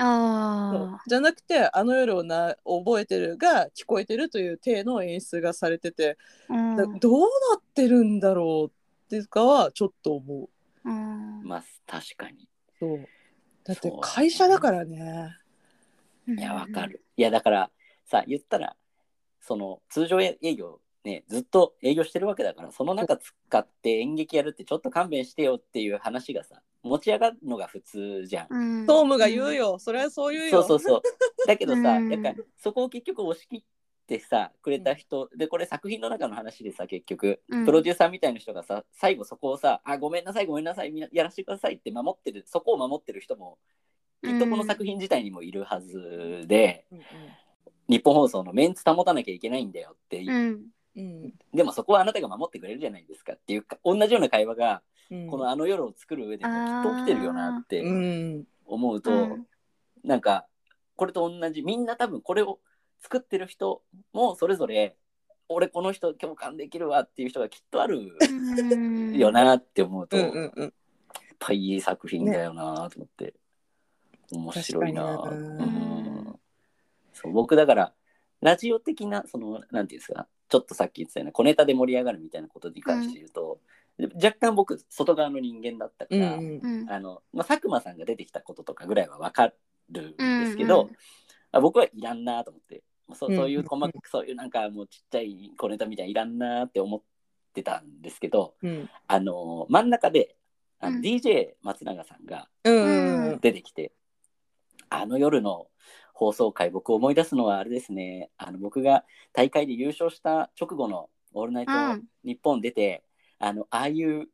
[SPEAKER 2] あ
[SPEAKER 1] じゃなくて「あの夜をな覚えてる」が聞こえてるという体の演出がされてて、
[SPEAKER 2] あ、うん
[SPEAKER 1] だどうなってるんだろうっていうかはちょっと思う。
[SPEAKER 2] うん
[SPEAKER 3] まあ確かに
[SPEAKER 1] そうだって
[SPEAKER 3] そう
[SPEAKER 1] 会社だからね。
[SPEAKER 3] いやわか。るいやだからさ言ったらその通常営業ねずっと営業してるわけだからその中使って演劇やるってちょっと勘弁してよっていう話がさ持ち上がるのが普通じゃん
[SPEAKER 2] うん、
[SPEAKER 1] トームが言うよ、それはそう言う
[SPEAKER 3] そ
[SPEAKER 1] よ。
[SPEAKER 3] うそ うそう。だけどさ、
[SPEAKER 2] うん
[SPEAKER 3] なんかそこを結局押し切ってさくれた人、でこれ作品の中の話でさ結局
[SPEAKER 2] うん
[SPEAKER 3] プロデューサーみたいな人がさ最後そこをさ「あごめんなさいごめんなさいみんなやらせてください」って守ってるそこを守ってる人もきっとこの作品自体にもいるはずで、
[SPEAKER 1] うん
[SPEAKER 3] 日本放送のメンツ保たなきゃいけないんだよっていう、
[SPEAKER 2] うん。
[SPEAKER 1] うん
[SPEAKER 3] でもそこはあなたが守ってくれるじゃないですかっていうか同じような会話が
[SPEAKER 1] うん、
[SPEAKER 3] この「あの夜」を作る上でもきっと起きてるよなって
[SPEAKER 1] うん
[SPEAKER 3] 思うと。
[SPEAKER 2] うん
[SPEAKER 3] なんかこれと同じみんな多分これを作ってる人もそれぞれ俺この人共感できるわっていう人がきっとある
[SPEAKER 2] うん
[SPEAKER 3] よなって思うと、
[SPEAKER 1] うん
[SPEAKER 3] やっ
[SPEAKER 1] うんうん
[SPEAKER 3] ぱいい作品だよなと思って、面白いな
[SPEAKER 1] 確かに
[SPEAKER 3] う
[SPEAKER 1] なん
[SPEAKER 3] そう僕だからラジオ的なそのなんていうんですかちょっとさっき言ってたような小ネタで盛り上がるみたいなことに関して言うと、若干僕外側の人間だったか
[SPEAKER 1] うん
[SPEAKER 3] ら、
[SPEAKER 1] うん
[SPEAKER 2] うん
[SPEAKER 3] あのまあ、佐久間さんが出てきたこととかぐらいは分かるんですけ
[SPEAKER 2] う
[SPEAKER 3] ど、
[SPEAKER 2] んうん
[SPEAKER 3] あ僕はいらんなと思ってもうそ
[SPEAKER 1] うん
[SPEAKER 3] そういう細かくそういうなんかもうちっちゃい小ネタみたいないらんなって思ってたんですけど
[SPEAKER 1] うん
[SPEAKER 3] あの真ん中であの
[SPEAKER 2] うん
[SPEAKER 3] DJ 松永さんが
[SPEAKER 1] うんうん
[SPEAKER 3] 出てきて、あの夜の放送回僕思い出すのはあれですねあの僕が大会で優勝した直後の「オールナイト
[SPEAKER 2] うん
[SPEAKER 3] 日本」出て、あのああいう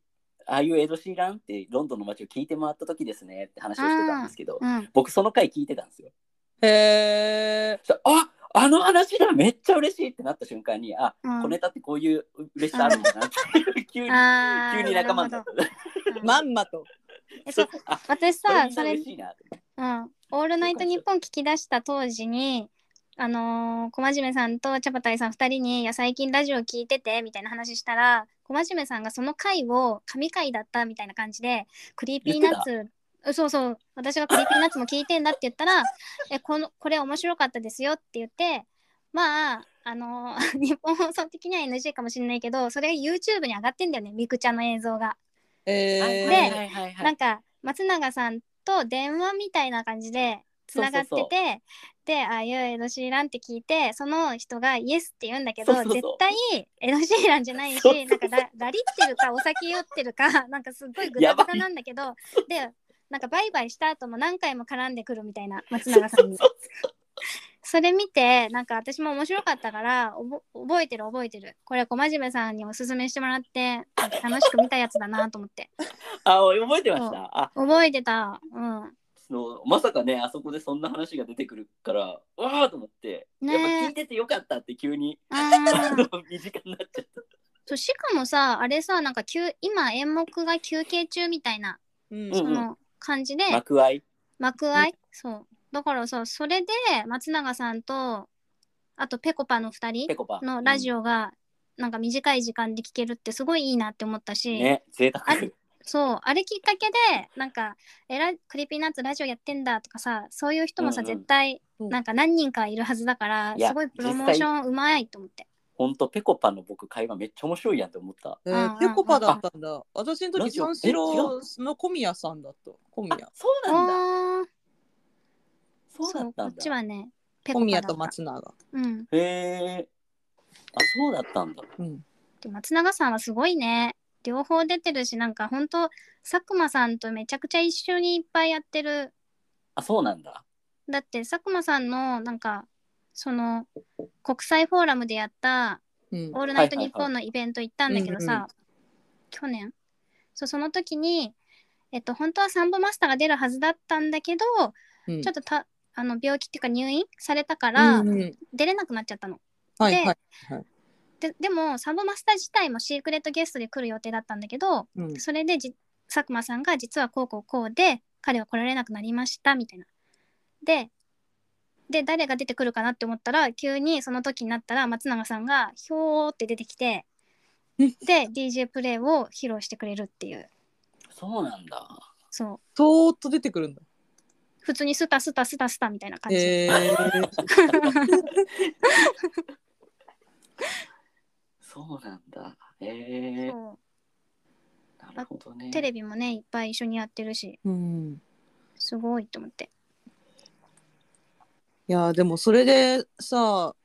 [SPEAKER 3] ああいうエド・シーランってロンドンの街を聞いて回った時ですねって話をしてたんですけど、
[SPEAKER 2] うん
[SPEAKER 3] 僕その回聞いてたんですよ。
[SPEAKER 1] へえ
[SPEAKER 3] そしたらああの話だめっちゃ嬉しいってなった瞬間にあ、
[SPEAKER 2] うん
[SPEAKER 3] 小ネタってこういう嬉しさあるんだなっていう急 に
[SPEAKER 2] あー
[SPEAKER 3] 急に仲間になった。
[SPEAKER 1] まんまと。
[SPEAKER 2] えそう
[SPEAKER 3] あ
[SPEAKER 2] 私
[SPEAKER 3] これ
[SPEAKER 2] さ
[SPEAKER 3] みん
[SPEAKER 2] そ
[SPEAKER 3] な
[SPEAKER 2] れ
[SPEAKER 3] 嬉しいなって
[SPEAKER 2] うん「オールナイトニッポン」聞き出した当時にあのー、小真面目さんとチャパタイさん2人に「いや最近ラジオ聞いてて」みたいな話したら小真面目さんがその回を神回だったみたいな感じで「クリーピーナッツ」うそうそう私が「クリーピーナッツも聞いてんだ」って言ったら 「えこのこれ面白かったですよ」って言ってまああのー 日本放送的には NG かもしれないけどそれが YouTube に上がってんだよねみくちゃんの映像が。
[SPEAKER 1] え
[SPEAKER 2] で
[SPEAKER 1] ー
[SPEAKER 3] いはい
[SPEAKER 2] なんか松永さんと電話みたいな感じでつながってて
[SPEAKER 3] そうそう
[SPEAKER 2] で「ああいうエド・シーラン」って聞いてその人が「イエス」って言うんだけど
[SPEAKER 3] そうそうそ
[SPEAKER 2] 絶
[SPEAKER 3] う
[SPEAKER 2] 対エド・シーランじゃないし
[SPEAKER 3] そうそう
[SPEAKER 2] なんかだラリってるかお酒酔ってるか なんかすっごいグダグダなんだけどでなんかバイバイした後も何回も絡んでくるみたいな松永さんに。それ見てなんか私も面白かったからおぼ覚えてる覚えてるこれ小真面目さんにおすすめしてもらってなんか楽しく見たやつだなと思って
[SPEAKER 3] あ覚えてまし
[SPEAKER 2] そ
[SPEAKER 3] たあ
[SPEAKER 2] 覚えてたうん
[SPEAKER 3] そのまさかねあそこでそんな話が出てくるからわあと思って、
[SPEAKER 2] ね
[SPEAKER 3] や
[SPEAKER 2] え
[SPEAKER 3] っぱ聞いててよかったって急に、あ
[SPEAKER 2] あ
[SPEAKER 3] の
[SPEAKER 2] ー
[SPEAKER 3] 身近になっちゃっ
[SPEAKER 2] そうしかもさあれさなんか休今演目が休憩中みたいな
[SPEAKER 1] うん
[SPEAKER 2] そ
[SPEAKER 3] うん
[SPEAKER 2] の感じで、
[SPEAKER 3] た幕開い
[SPEAKER 2] 幕開いそうだからさそれで松永さんとあとぺこぱの2
[SPEAKER 3] ペ
[SPEAKER 2] 人
[SPEAKER 3] コパ
[SPEAKER 2] のラジ
[SPEAKER 3] オ、
[SPEAKER 2] オがなんか短い時間で聞けるってすごいいいなって思ったし、
[SPEAKER 3] ね贅沢
[SPEAKER 2] そうあれきっかけでなんか「えらクリーピーナッツラジオやってんだ」とかさそういう人もさ、
[SPEAKER 3] うんうん
[SPEAKER 2] 絶対
[SPEAKER 1] うん
[SPEAKER 2] なんか何人かいるはずだから
[SPEAKER 3] いや
[SPEAKER 2] すごいプロモーションうまいと思って。
[SPEAKER 3] ほんとペコパの僕会話めっちゃ面白いやんって思った
[SPEAKER 1] え
[SPEAKER 2] うんうんう
[SPEAKER 1] ー
[SPEAKER 2] ん
[SPEAKER 1] ぺこぱだったんだ。私の
[SPEAKER 3] ラ
[SPEAKER 1] 時
[SPEAKER 3] ジオ
[SPEAKER 1] 三四郎の小宮さんだった。小宮。
[SPEAKER 3] そうなんだ
[SPEAKER 2] あー
[SPEAKER 3] そうだ
[SPEAKER 2] そ
[SPEAKER 3] っ
[SPEAKER 2] う
[SPEAKER 3] た
[SPEAKER 2] こ
[SPEAKER 3] ん
[SPEAKER 2] っ
[SPEAKER 3] だ
[SPEAKER 2] ちはねペコ
[SPEAKER 1] 小
[SPEAKER 2] パだ
[SPEAKER 1] 宮
[SPEAKER 2] った
[SPEAKER 1] と松永。
[SPEAKER 2] うん、
[SPEAKER 3] へえあそうだったんだ
[SPEAKER 1] うん。
[SPEAKER 2] で松永さんはすごいね両方出てるしなんかほんと佐久間さんとめちゃくちゃ一緒にいっぱいやってる
[SPEAKER 3] あそうなんだ
[SPEAKER 2] だって佐久間さんのなんかその国際フォーラムでやった
[SPEAKER 1] うん。
[SPEAKER 2] 「オールナイトニッポン」のイベント行ったんだけどさ、
[SPEAKER 1] うんうん
[SPEAKER 2] 去年そうその時にえっと本当はサンボマスターが出るはずだったんだけど、
[SPEAKER 1] うん
[SPEAKER 2] ちょっとたあの病気っていうか入院されたから
[SPEAKER 1] うんうん
[SPEAKER 2] 出れなくなっちゃったの。
[SPEAKER 1] あはいはい。
[SPEAKER 2] ででもサボマスタ自体もシークレットゲストで来る予定だったんだけど
[SPEAKER 1] うん
[SPEAKER 2] それでじ佐久間さんが実はこうこうこうで彼は来られなくなりましたみたいな。でで誰が出てくるかなって思ったら急にその時になったら松永さんがひょーって出てきてで DJ プレイを披露してくれるっていう
[SPEAKER 3] そうなんだ。
[SPEAKER 2] そう
[SPEAKER 1] そーっと出てくるんだ。
[SPEAKER 2] 普通にスタスタスタスタみたいな感じ、
[SPEAKER 1] えー、
[SPEAKER 3] そうなんだ。ええ
[SPEAKER 2] そ
[SPEAKER 3] なるほどね
[SPEAKER 2] う。テレビもねいっぱい一緒にやってるし
[SPEAKER 1] うん。
[SPEAKER 2] すごいと思って
[SPEAKER 1] いやーでもそれでさ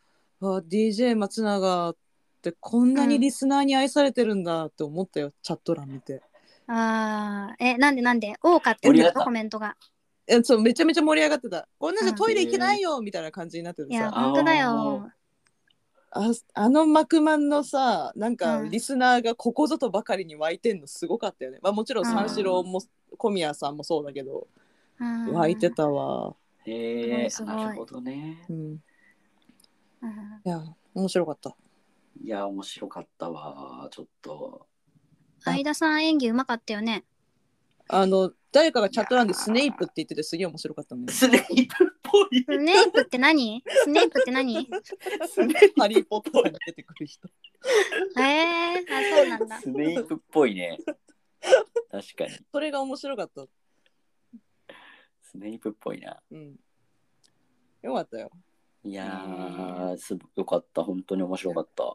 [SPEAKER 1] あ DJ 松永ってこんなにリスナーに愛されてるんだって思ったよ、チャット欄見て
[SPEAKER 2] あーえなんでなんで多かった
[SPEAKER 3] 盛り
[SPEAKER 2] よ
[SPEAKER 3] 上がった
[SPEAKER 2] コメントが
[SPEAKER 1] えそうめちゃめちゃ盛り上がってたこんなじゃ
[SPEAKER 2] うん
[SPEAKER 1] トイレ行けないよみたいな感じになって
[SPEAKER 2] い
[SPEAKER 1] てさ、
[SPEAKER 2] や本当だ
[SPEAKER 3] あ
[SPEAKER 2] よ
[SPEAKER 1] ああの幕マンのさなんか
[SPEAKER 2] うん
[SPEAKER 1] リスナーがここぞとばかりに湧いてんのすごかったよね、まあ、もちろん三四郎も小宮さんもそうだけど
[SPEAKER 2] うん
[SPEAKER 1] 湧いてたわ、
[SPEAKER 3] ええ
[SPEAKER 2] すごいすごい
[SPEAKER 3] なるほどね
[SPEAKER 1] う。ん、
[SPEAKER 2] うん
[SPEAKER 1] いや面白かった
[SPEAKER 3] いや、面白かったわ。ちょっと。
[SPEAKER 2] 相田さん演技うまかったよね
[SPEAKER 1] あの誰かがチャット欄でスネイプって言っててすげえ面白かったね
[SPEAKER 3] スネイプっぽい。
[SPEAKER 2] スネープって何スネープって何
[SPEAKER 3] スネ
[SPEAKER 1] ハリー・ポッターに出てくる人
[SPEAKER 2] えー、あそうなんだ
[SPEAKER 3] スネイプっぽいね。確かに。
[SPEAKER 1] それが面白かった。
[SPEAKER 3] スネイプっぽいな。
[SPEAKER 1] うん。よかったよ。
[SPEAKER 3] いやー、すよかった。本当に面白かった。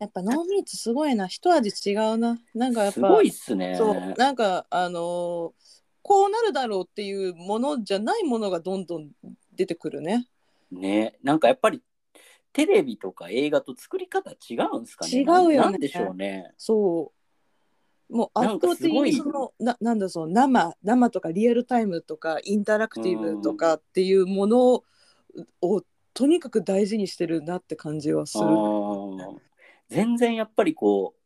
[SPEAKER 1] やっぱノーミーツすごいな。一味違うな。なんかやっぱ、
[SPEAKER 3] すごいっすね。
[SPEAKER 1] そう、なんかあのーこうなるだろうっていうものじゃないものがどんどん出てくるね。
[SPEAKER 3] ね、なんかやっぱりテレビとか映画と作り方違うんですかね。
[SPEAKER 1] 違うよね
[SPEAKER 3] なんなんでしょうね。
[SPEAKER 1] そう。もう圧倒的
[SPEAKER 3] なんか
[SPEAKER 1] に
[SPEAKER 3] す
[SPEAKER 1] そのななんだそう生生とかリアルタイムとかインタラクティブとかっていうものをとにかく大事にしてるなって感じはす
[SPEAKER 3] あ
[SPEAKER 1] る。
[SPEAKER 3] ー全然やっぱりこう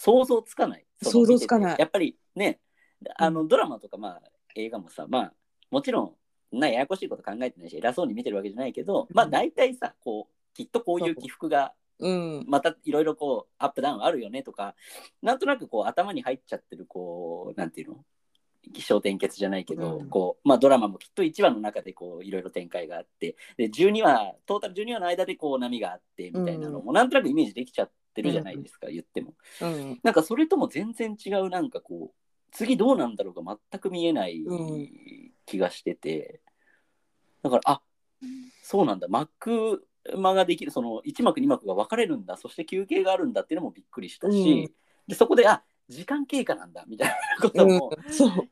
[SPEAKER 3] 想像つかない。その
[SPEAKER 1] 想像つかない
[SPEAKER 3] 見ててやっぱりね、あ
[SPEAKER 1] う
[SPEAKER 3] のドラマとかまあ映画もさ、まあもちろんそんなややこしいこと考えてないし偉そうに見てるわけじゃないけど、まあ
[SPEAKER 1] うん
[SPEAKER 3] 大体さこうきっとこういう起伏が
[SPEAKER 1] うん。
[SPEAKER 3] またいろいろこうアップダウンあるよねとかなんとなくこう頭に入っちゃってるこうなんていうの気象転結じゃないけど、
[SPEAKER 1] うん
[SPEAKER 3] こうまあ、ドラマもきっと1話の中でこういろいろ展開があってで12話トータル12話の間でこう波があってみたいなのも、なんとなくイメージできちゃってるじゃないですか、言っても
[SPEAKER 1] うん。
[SPEAKER 3] なんかそれとも全然違うなんかこう次どうなんだろうが全く見えない
[SPEAKER 1] うん
[SPEAKER 3] 気がしてて、だからあそうなんだ幕間ができるその1幕2幕が分かれるんだそして休憩があるんだっていうのもびっくりしたし、でそこであ時間経過なんだみたいなことも、
[SPEAKER 1] うん、そう。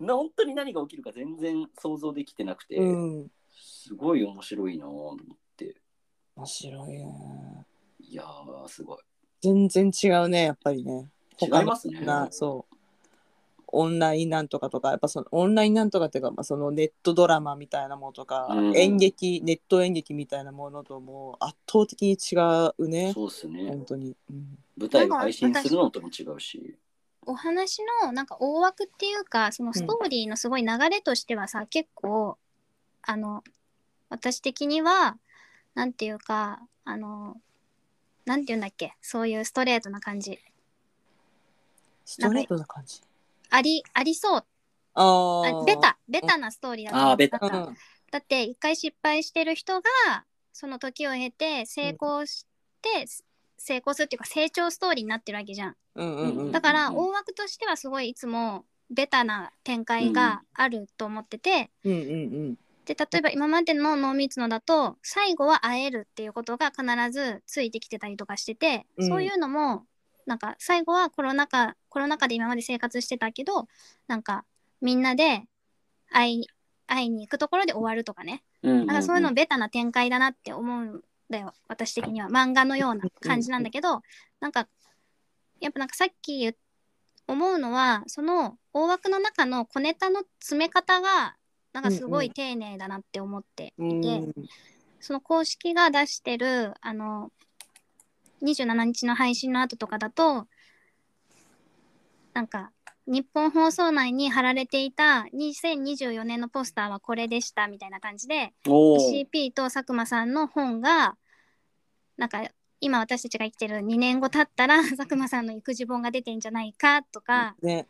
[SPEAKER 3] な本当に何が起きるか全然想像できてなくて、
[SPEAKER 1] うん。
[SPEAKER 3] すごい面白いなと思って
[SPEAKER 1] 面白いよ。
[SPEAKER 3] いやーすごい
[SPEAKER 1] 全然違うねやっぱりね
[SPEAKER 3] 違い
[SPEAKER 1] 他の
[SPEAKER 3] ますね
[SPEAKER 1] なそうオンラインなんとかとかやっぱそのオンラインなんとかっていうか、まあ、そのネットドラマみたいなものとか、
[SPEAKER 3] うん
[SPEAKER 1] 演劇ネット演劇みたいなものともう圧倒的に違うね
[SPEAKER 3] そうっすね
[SPEAKER 1] 本当に、うん
[SPEAKER 3] 舞台を配信するのとも違うし
[SPEAKER 2] お話のなんか大枠っていうかそのストーリーのすごい流れとしてはさ、結構あの私的にはなんていうかあのなんていうんだっけそういうストレートな感じ
[SPEAKER 1] ストレートな感じ
[SPEAKER 2] ありありそう
[SPEAKER 1] あ
[SPEAKER 2] あ
[SPEAKER 1] あ
[SPEAKER 2] ベタベタなストーリーだと思
[SPEAKER 3] あーベタ
[SPEAKER 1] う
[SPEAKER 2] だ
[SPEAKER 1] ん
[SPEAKER 2] だって一回失敗してる人がその時を経て成功して、成功するっていうか成長ストーリーになってるわけじゃん。
[SPEAKER 1] うんうんうん
[SPEAKER 2] だから
[SPEAKER 3] うん
[SPEAKER 2] 大枠としてはすごいいつもベタな展開があると思ってて、
[SPEAKER 1] うんうん
[SPEAKER 2] で例えば今までの濃密のだと最後は会えるっていうことが必ずついてきてたりとかしてて、
[SPEAKER 1] うん
[SPEAKER 2] そういうのもなんか最後はコロナ禍コロナ禍で今まで生活してたけどなんかみんなで会い会いに行くところで終わるとかね
[SPEAKER 3] な
[SPEAKER 2] なんかそういうのベタな展開だなって思うんだよ私的には漫画のような感じなんだけどなんかやっぱなんかさっき言っ思うのはその大枠の中の小ネタの詰め方がなんかすご
[SPEAKER 1] うん
[SPEAKER 2] い丁寧だなって思って
[SPEAKER 1] うんう
[SPEAKER 2] い
[SPEAKER 1] ん
[SPEAKER 2] て、その公式が出してるあの27日の配信の後とかだとなんか日本放送内に貼られていた2024年のポスターはこれでしたみたいな感じで CP と佐久間さんの本がなんか今私たちが生きてる2年後経ったら 佐久間さんの育児本が出てんじゃないかとか、
[SPEAKER 1] ね、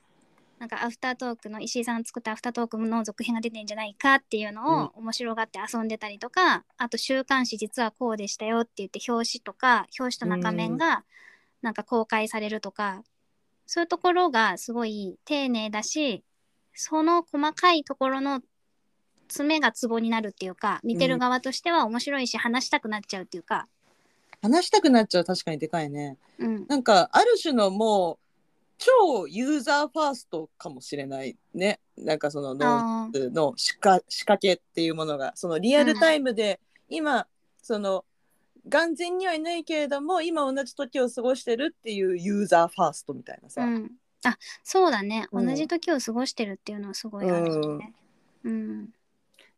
[SPEAKER 2] なんかアフタートークの石井さん作ったアフタートークの続編が出てんじゃないかっていうのを面白がって遊んでたりとか、あと週刊誌実はこうでしたよって言って表紙とか表紙と中面がなんか公開されるとか、そういうところがすごい丁寧だしその細かいところの爪がツボになるっていうか見てる側としては面白いし話したくなっちゃうっていうか、
[SPEAKER 1] 話したくなっちゃう確かにでかいね
[SPEAKER 2] うん、
[SPEAKER 1] なんかある種のもう超ユーザーファーストかもしれないねなんかそのノン
[SPEAKER 2] あー
[SPEAKER 1] の仕掛仕掛けっていうものがそのリアルタイムで今、その眼前にはいないけれども今同じ時を過ごしてるっていうユーザーファーストみたいなさ、
[SPEAKER 2] うん、あそうだね、
[SPEAKER 1] うん
[SPEAKER 2] 同じ時を過ごしてるっていうのはすごいあるね。うん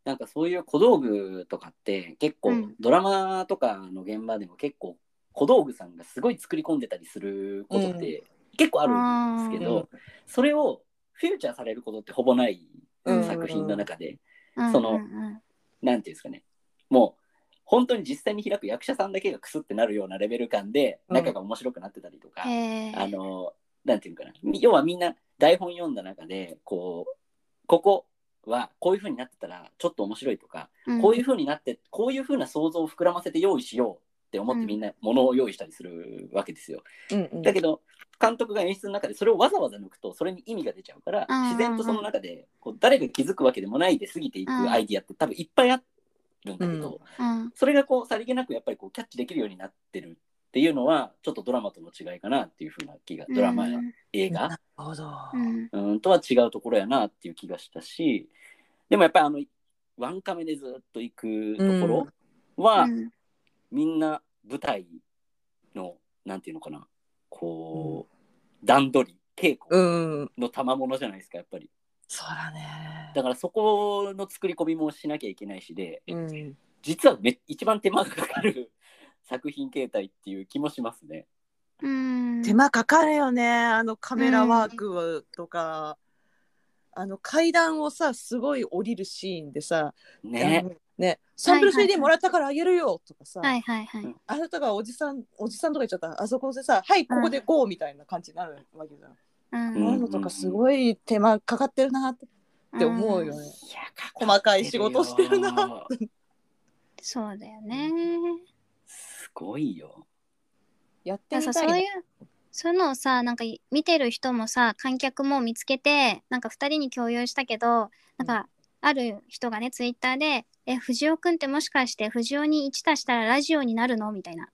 [SPEAKER 3] なんかそういう小道具とかって結構、
[SPEAKER 2] うん
[SPEAKER 3] ドラマとかの現場でも結構小道具さんがすごい作り込んでたりすることって結構あるんですけど、それをフューチャーされることってほぼない
[SPEAKER 1] うん
[SPEAKER 3] 作品の中で、
[SPEAKER 2] うん
[SPEAKER 3] その
[SPEAKER 2] うんうん
[SPEAKER 3] なんていうんですかねもう本当に実際に開く役者さんだけがクスってなるようなレベル感で
[SPEAKER 1] うん
[SPEAKER 3] 仲が面白くなってたりとか、
[SPEAKER 2] へー
[SPEAKER 3] あのなんていうのかなみ要はみんな台本読んだ中でこうここはこういう風になってたらちょっと面白いとか、
[SPEAKER 2] うん
[SPEAKER 3] こういう風になってこういう風な想像を膨らませて用意しようって思ってみんなものを用意したりするわけですよ。
[SPEAKER 1] うんうん
[SPEAKER 3] だけど監督が演出の中でそれをわざわざ抜くとそれに意味が出ちゃうから
[SPEAKER 2] うんうんうん
[SPEAKER 3] 自然とその中でこう誰が気づくわけでもないで過ぎていくアイディアって多分いっぱいあるんだけど、
[SPEAKER 1] う
[SPEAKER 2] うん
[SPEAKER 3] それがこうさりげなくやっぱりこうキャッチできるようになってるっていうのはちょっとドラマとの違いかなっていうふうな気がドラマや
[SPEAKER 2] うん
[SPEAKER 3] 映
[SPEAKER 1] な
[SPEAKER 3] 画
[SPEAKER 1] るほど、
[SPEAKER 2] うん
[SPEAKER 3] うんとは違うところやなっていう気がしたしでもやっぱりあのワンカメでずっと行くところは、
[SPEAKER 2] うん
[SPEAKER 3] みんな舞台のなんていうのかなこう、段取り稽
[SPEAKER 1] う
[SPEAKER 3] 古
[SPEAKER 1] ん
[SPEAKER 3] の賜物じゃないですかやっぱり
[SPEAKER 1] そうだね
[SPEAKER 3] だからそこの作り込みもしなきゃいけないしで、
[SPEAKER 1] うん
[SPEAKER 3] 実はめ一番手間がかかる 作品形態っていう気もしますね。
[SPEAKER 2] うん
[SPEAKER 1] 手間かかるよねあのカメラワークとか、あの階段をさすごい降りるシーンでさあ
[SPEAKER 3] ね。
[SPEAKER 1] のねサンプル
[SPEAKER 2] はいはいはい
[SPEAKER 1] CD もらったからあげるよとかさ、
[SPEAKER 2] はいはいはい。
[SPEAKER 1] あれとかおじさんおじさんとか言っちゃったあそこでさ「はいここで GO」みたいな感じになるわけじゃん。
[SPEAKER 2] うん
[SPEAKER 1] こういうのとかすごい手間かかってるなってって思うよ
[SPEAKER 2] ん
[SPEAKER 1] ね。
[SPEAKER 3] いや
[SPEAKER 1] 細かい仕事してるな。
[SPEAKER 2] そうだよね。
[SPEAKER 3] すごいよ。
[SPEAKER 1] やって
[SPEAKER 2] だ
[SPEAKER 1] み
[SPEAKER 2] から
[SPEAKER 1] た
[SPEAKER 2] さ
[SPEAKER 1] い
[SPEAKER 2] そう
[SPEAKER 1] な
[SPEAKER 2] いうそういうのをさなんかい見てる人もさ観客も見つけてなんか2人に共有したけどなんかある人がねツイッターで「え藤尾くんってもしかして藤尾に1足したらラジオになるの?」みたいな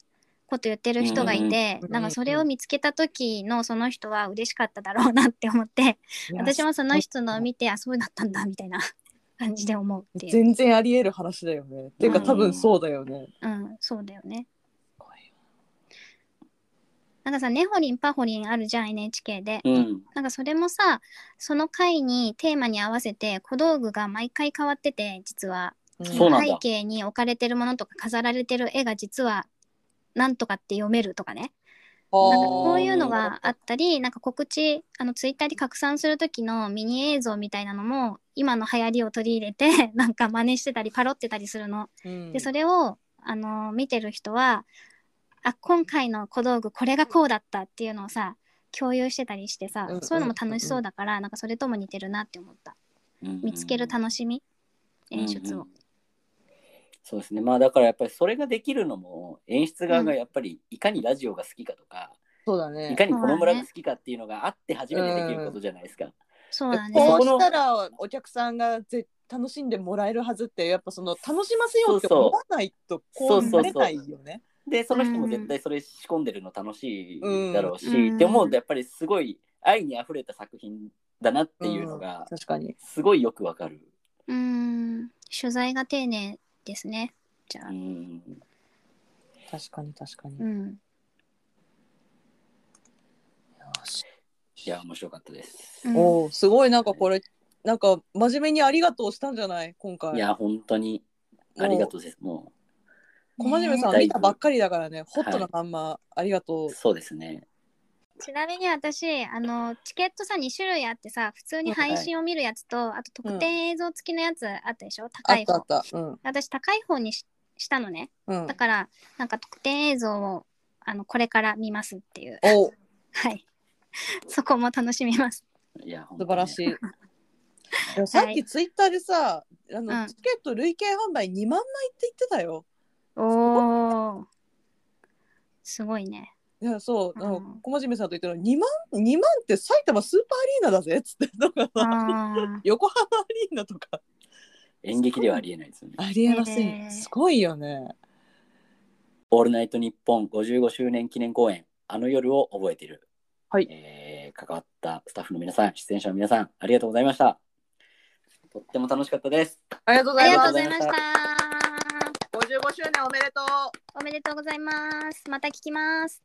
[SPEAKER 2] こと言ってる人がいて、
[SPEAKER 1] うん
[SPEAKER 2] なんかそれを見つけた時のその人は嬉しかっただろうなって思って私もその人のを見てあそうだったんだみたいな感じで思うっていう、
[SPEAKER 1] 全然ありえる話だよね。っていうか
[SPEAKER 2] うん
[SPEAKER 1] 多分そうだよね。
[SPEAKER 2] うん、そうだよね。なんかさ「ねほりんぱほりん」あるじゃん NHK で。
[SPEAKER 3] うん。
[SPEAKER 2] なんかそれもさその回にテーマに合わせて小道具が毎回変わってて実は
[SPEAKER 3] そうなんだ
[SPEAKER 2] 背景に置かれてるものとか飾られてる絵が実はなんとかって読めるとかねなんかこういうのがあったりなんか告知あのツイッターで拡散する時のミニ映像みたいなのも今の流行りを取り入れて なんか真似してたりパロってたりするの。でそ
[SPEAKER 1] れ
[SPEAKER 2] れをあの見てる人はあ今回の小道具これがこうだったっていうのをさ共有してたりしてさ、
[SPEAKER 1] うんうん
[SPEAKER 2] そういうのも楽しそうだから、なんかそれとも似てるなって思った見つける楽しみ、演出
[SPEAKER 3] う
[SPEAKER 2] を
[SPEAKER 3] んうん。そうですね。まあだからやっぱりそれができるのも演出側がやっぱりいかにラジオが好きかとか、
[SPEAKER 1] そうだ
[SPEAKER 3] い
[SPEAKER 1] ね。
[SPEAKER 3] かにこの村が好きかっていうのがあって初めてできることじゃないですか。
[SPEAKER 2] そう
[SPEAKER 1] こ
[SPEAKER 2] だね
[SPEAKER 1] うしたらお客さんがぜ楽しんでもらえるはずってやっぱその楽しませようって思わないとこうなれないよね。
[SPEAKER 3] でその人も絶対それ仕込んでるの楽しいだろうし、
[SPEAKER 2] うん
[SPEAKER 3] って思うとやっぱりすごい愛にあふれた作品だなっていうのが
[SPEAKER 1] 確かに。
[SPEAKER 3] すごいよくわかる。
[SPEAKER 2] うん取材が丁寧ですねじゃあ
[SPEAKER 3] うん
[SPEAKER 1] 確かに確かに。
[SPEAKER 2] う
[SPEAKER 1] よ
[SPEAKER 2] ん
[SPEAKER 1] し
[SPEAKER 3] いや面白かったです。
[SPEAKER 2] うん
[SPEAKER 1] おおすごいなんかこれなんか真面目にありがとうしたんじゃない今回
[SPEAKER 3] いや本当にありがとうです。も
[SPEAKER 1] 小真面目さん
[SPEAKER 3] ね
[SPEAKER 1] 見たばっかりだからねホットなまんまありがとう、
[SPEAKER 3] うそうですね。
[SPEAKER 2] ちなみに私あのチケットさ2種類あってさ普通に配信を見るやつと、あと特典映像付きのやつあったでしょ、高
[SPEAKER 1] あ
[SPEAKER 2] い
[SPEAKER 1] った
[SPEAKER 2] 方
[SPEAKER 1] あったうん
[SPEAKER 2] 私高い方にししたのね。
[SPEAKER 1] うん
[SPEAKER 2] だ、から、なんか特典映像を、あの、これから見ますっていう。
[SPEAKER 1] お素
[SPEAKER 2] はい。そこも楽しみます。
[SPEAKER 3] いや、素
[SPEAKER 1] 晴らしい。でもさっきツイッターでさ、あの
[SPEAKER 2] うん
[SPEAKER 1] チケット累計販売2万枚って言ってたよ。
[SPEAKER 2] おお。すごい ね。
[SPEAKER 1] いやそう、あの
[SPEAKER 2] うん
[SPEAKER 1] 小真面目さんと言ったら2万2万って埼玉スーパーアリーナだぜっつってなんかさ
[SPEAKER 2] ああ。
[SPEAKER 1] 横浜アリーナとか
[SPEAKER 3] 演劇ではありえないですよね。
[SPEAKER 1] ありえません、
[SPEAKER 2] へー
[SPEAKER 1] すごいよね
[SPEAKER 3] オールナイトニッポン55周年記念公演、あの夜を覚えている。
[SPEAKER 1] はい
[SPEAKER 3] えー関わったスタッフの皆さん、出演者の皆さん、ありがとうございました。とっても楽しかったです。
[SPEAKER 1] ありがとうご
[SPEAKER 2] あ
[SPEAKER 1] ざ
[SPEAKER 2] り
[SPEAKER 1] い
[SPEAKER 2] が
[SPEAKER 1] ま
[SPEAKER 2] と
[SPEAKER 1] す
[SPEAKER 2] うございました。
[SPEAKER 1] 55周年おめでとう
[SPEAKER 2] おめでとうございます。また聞きます。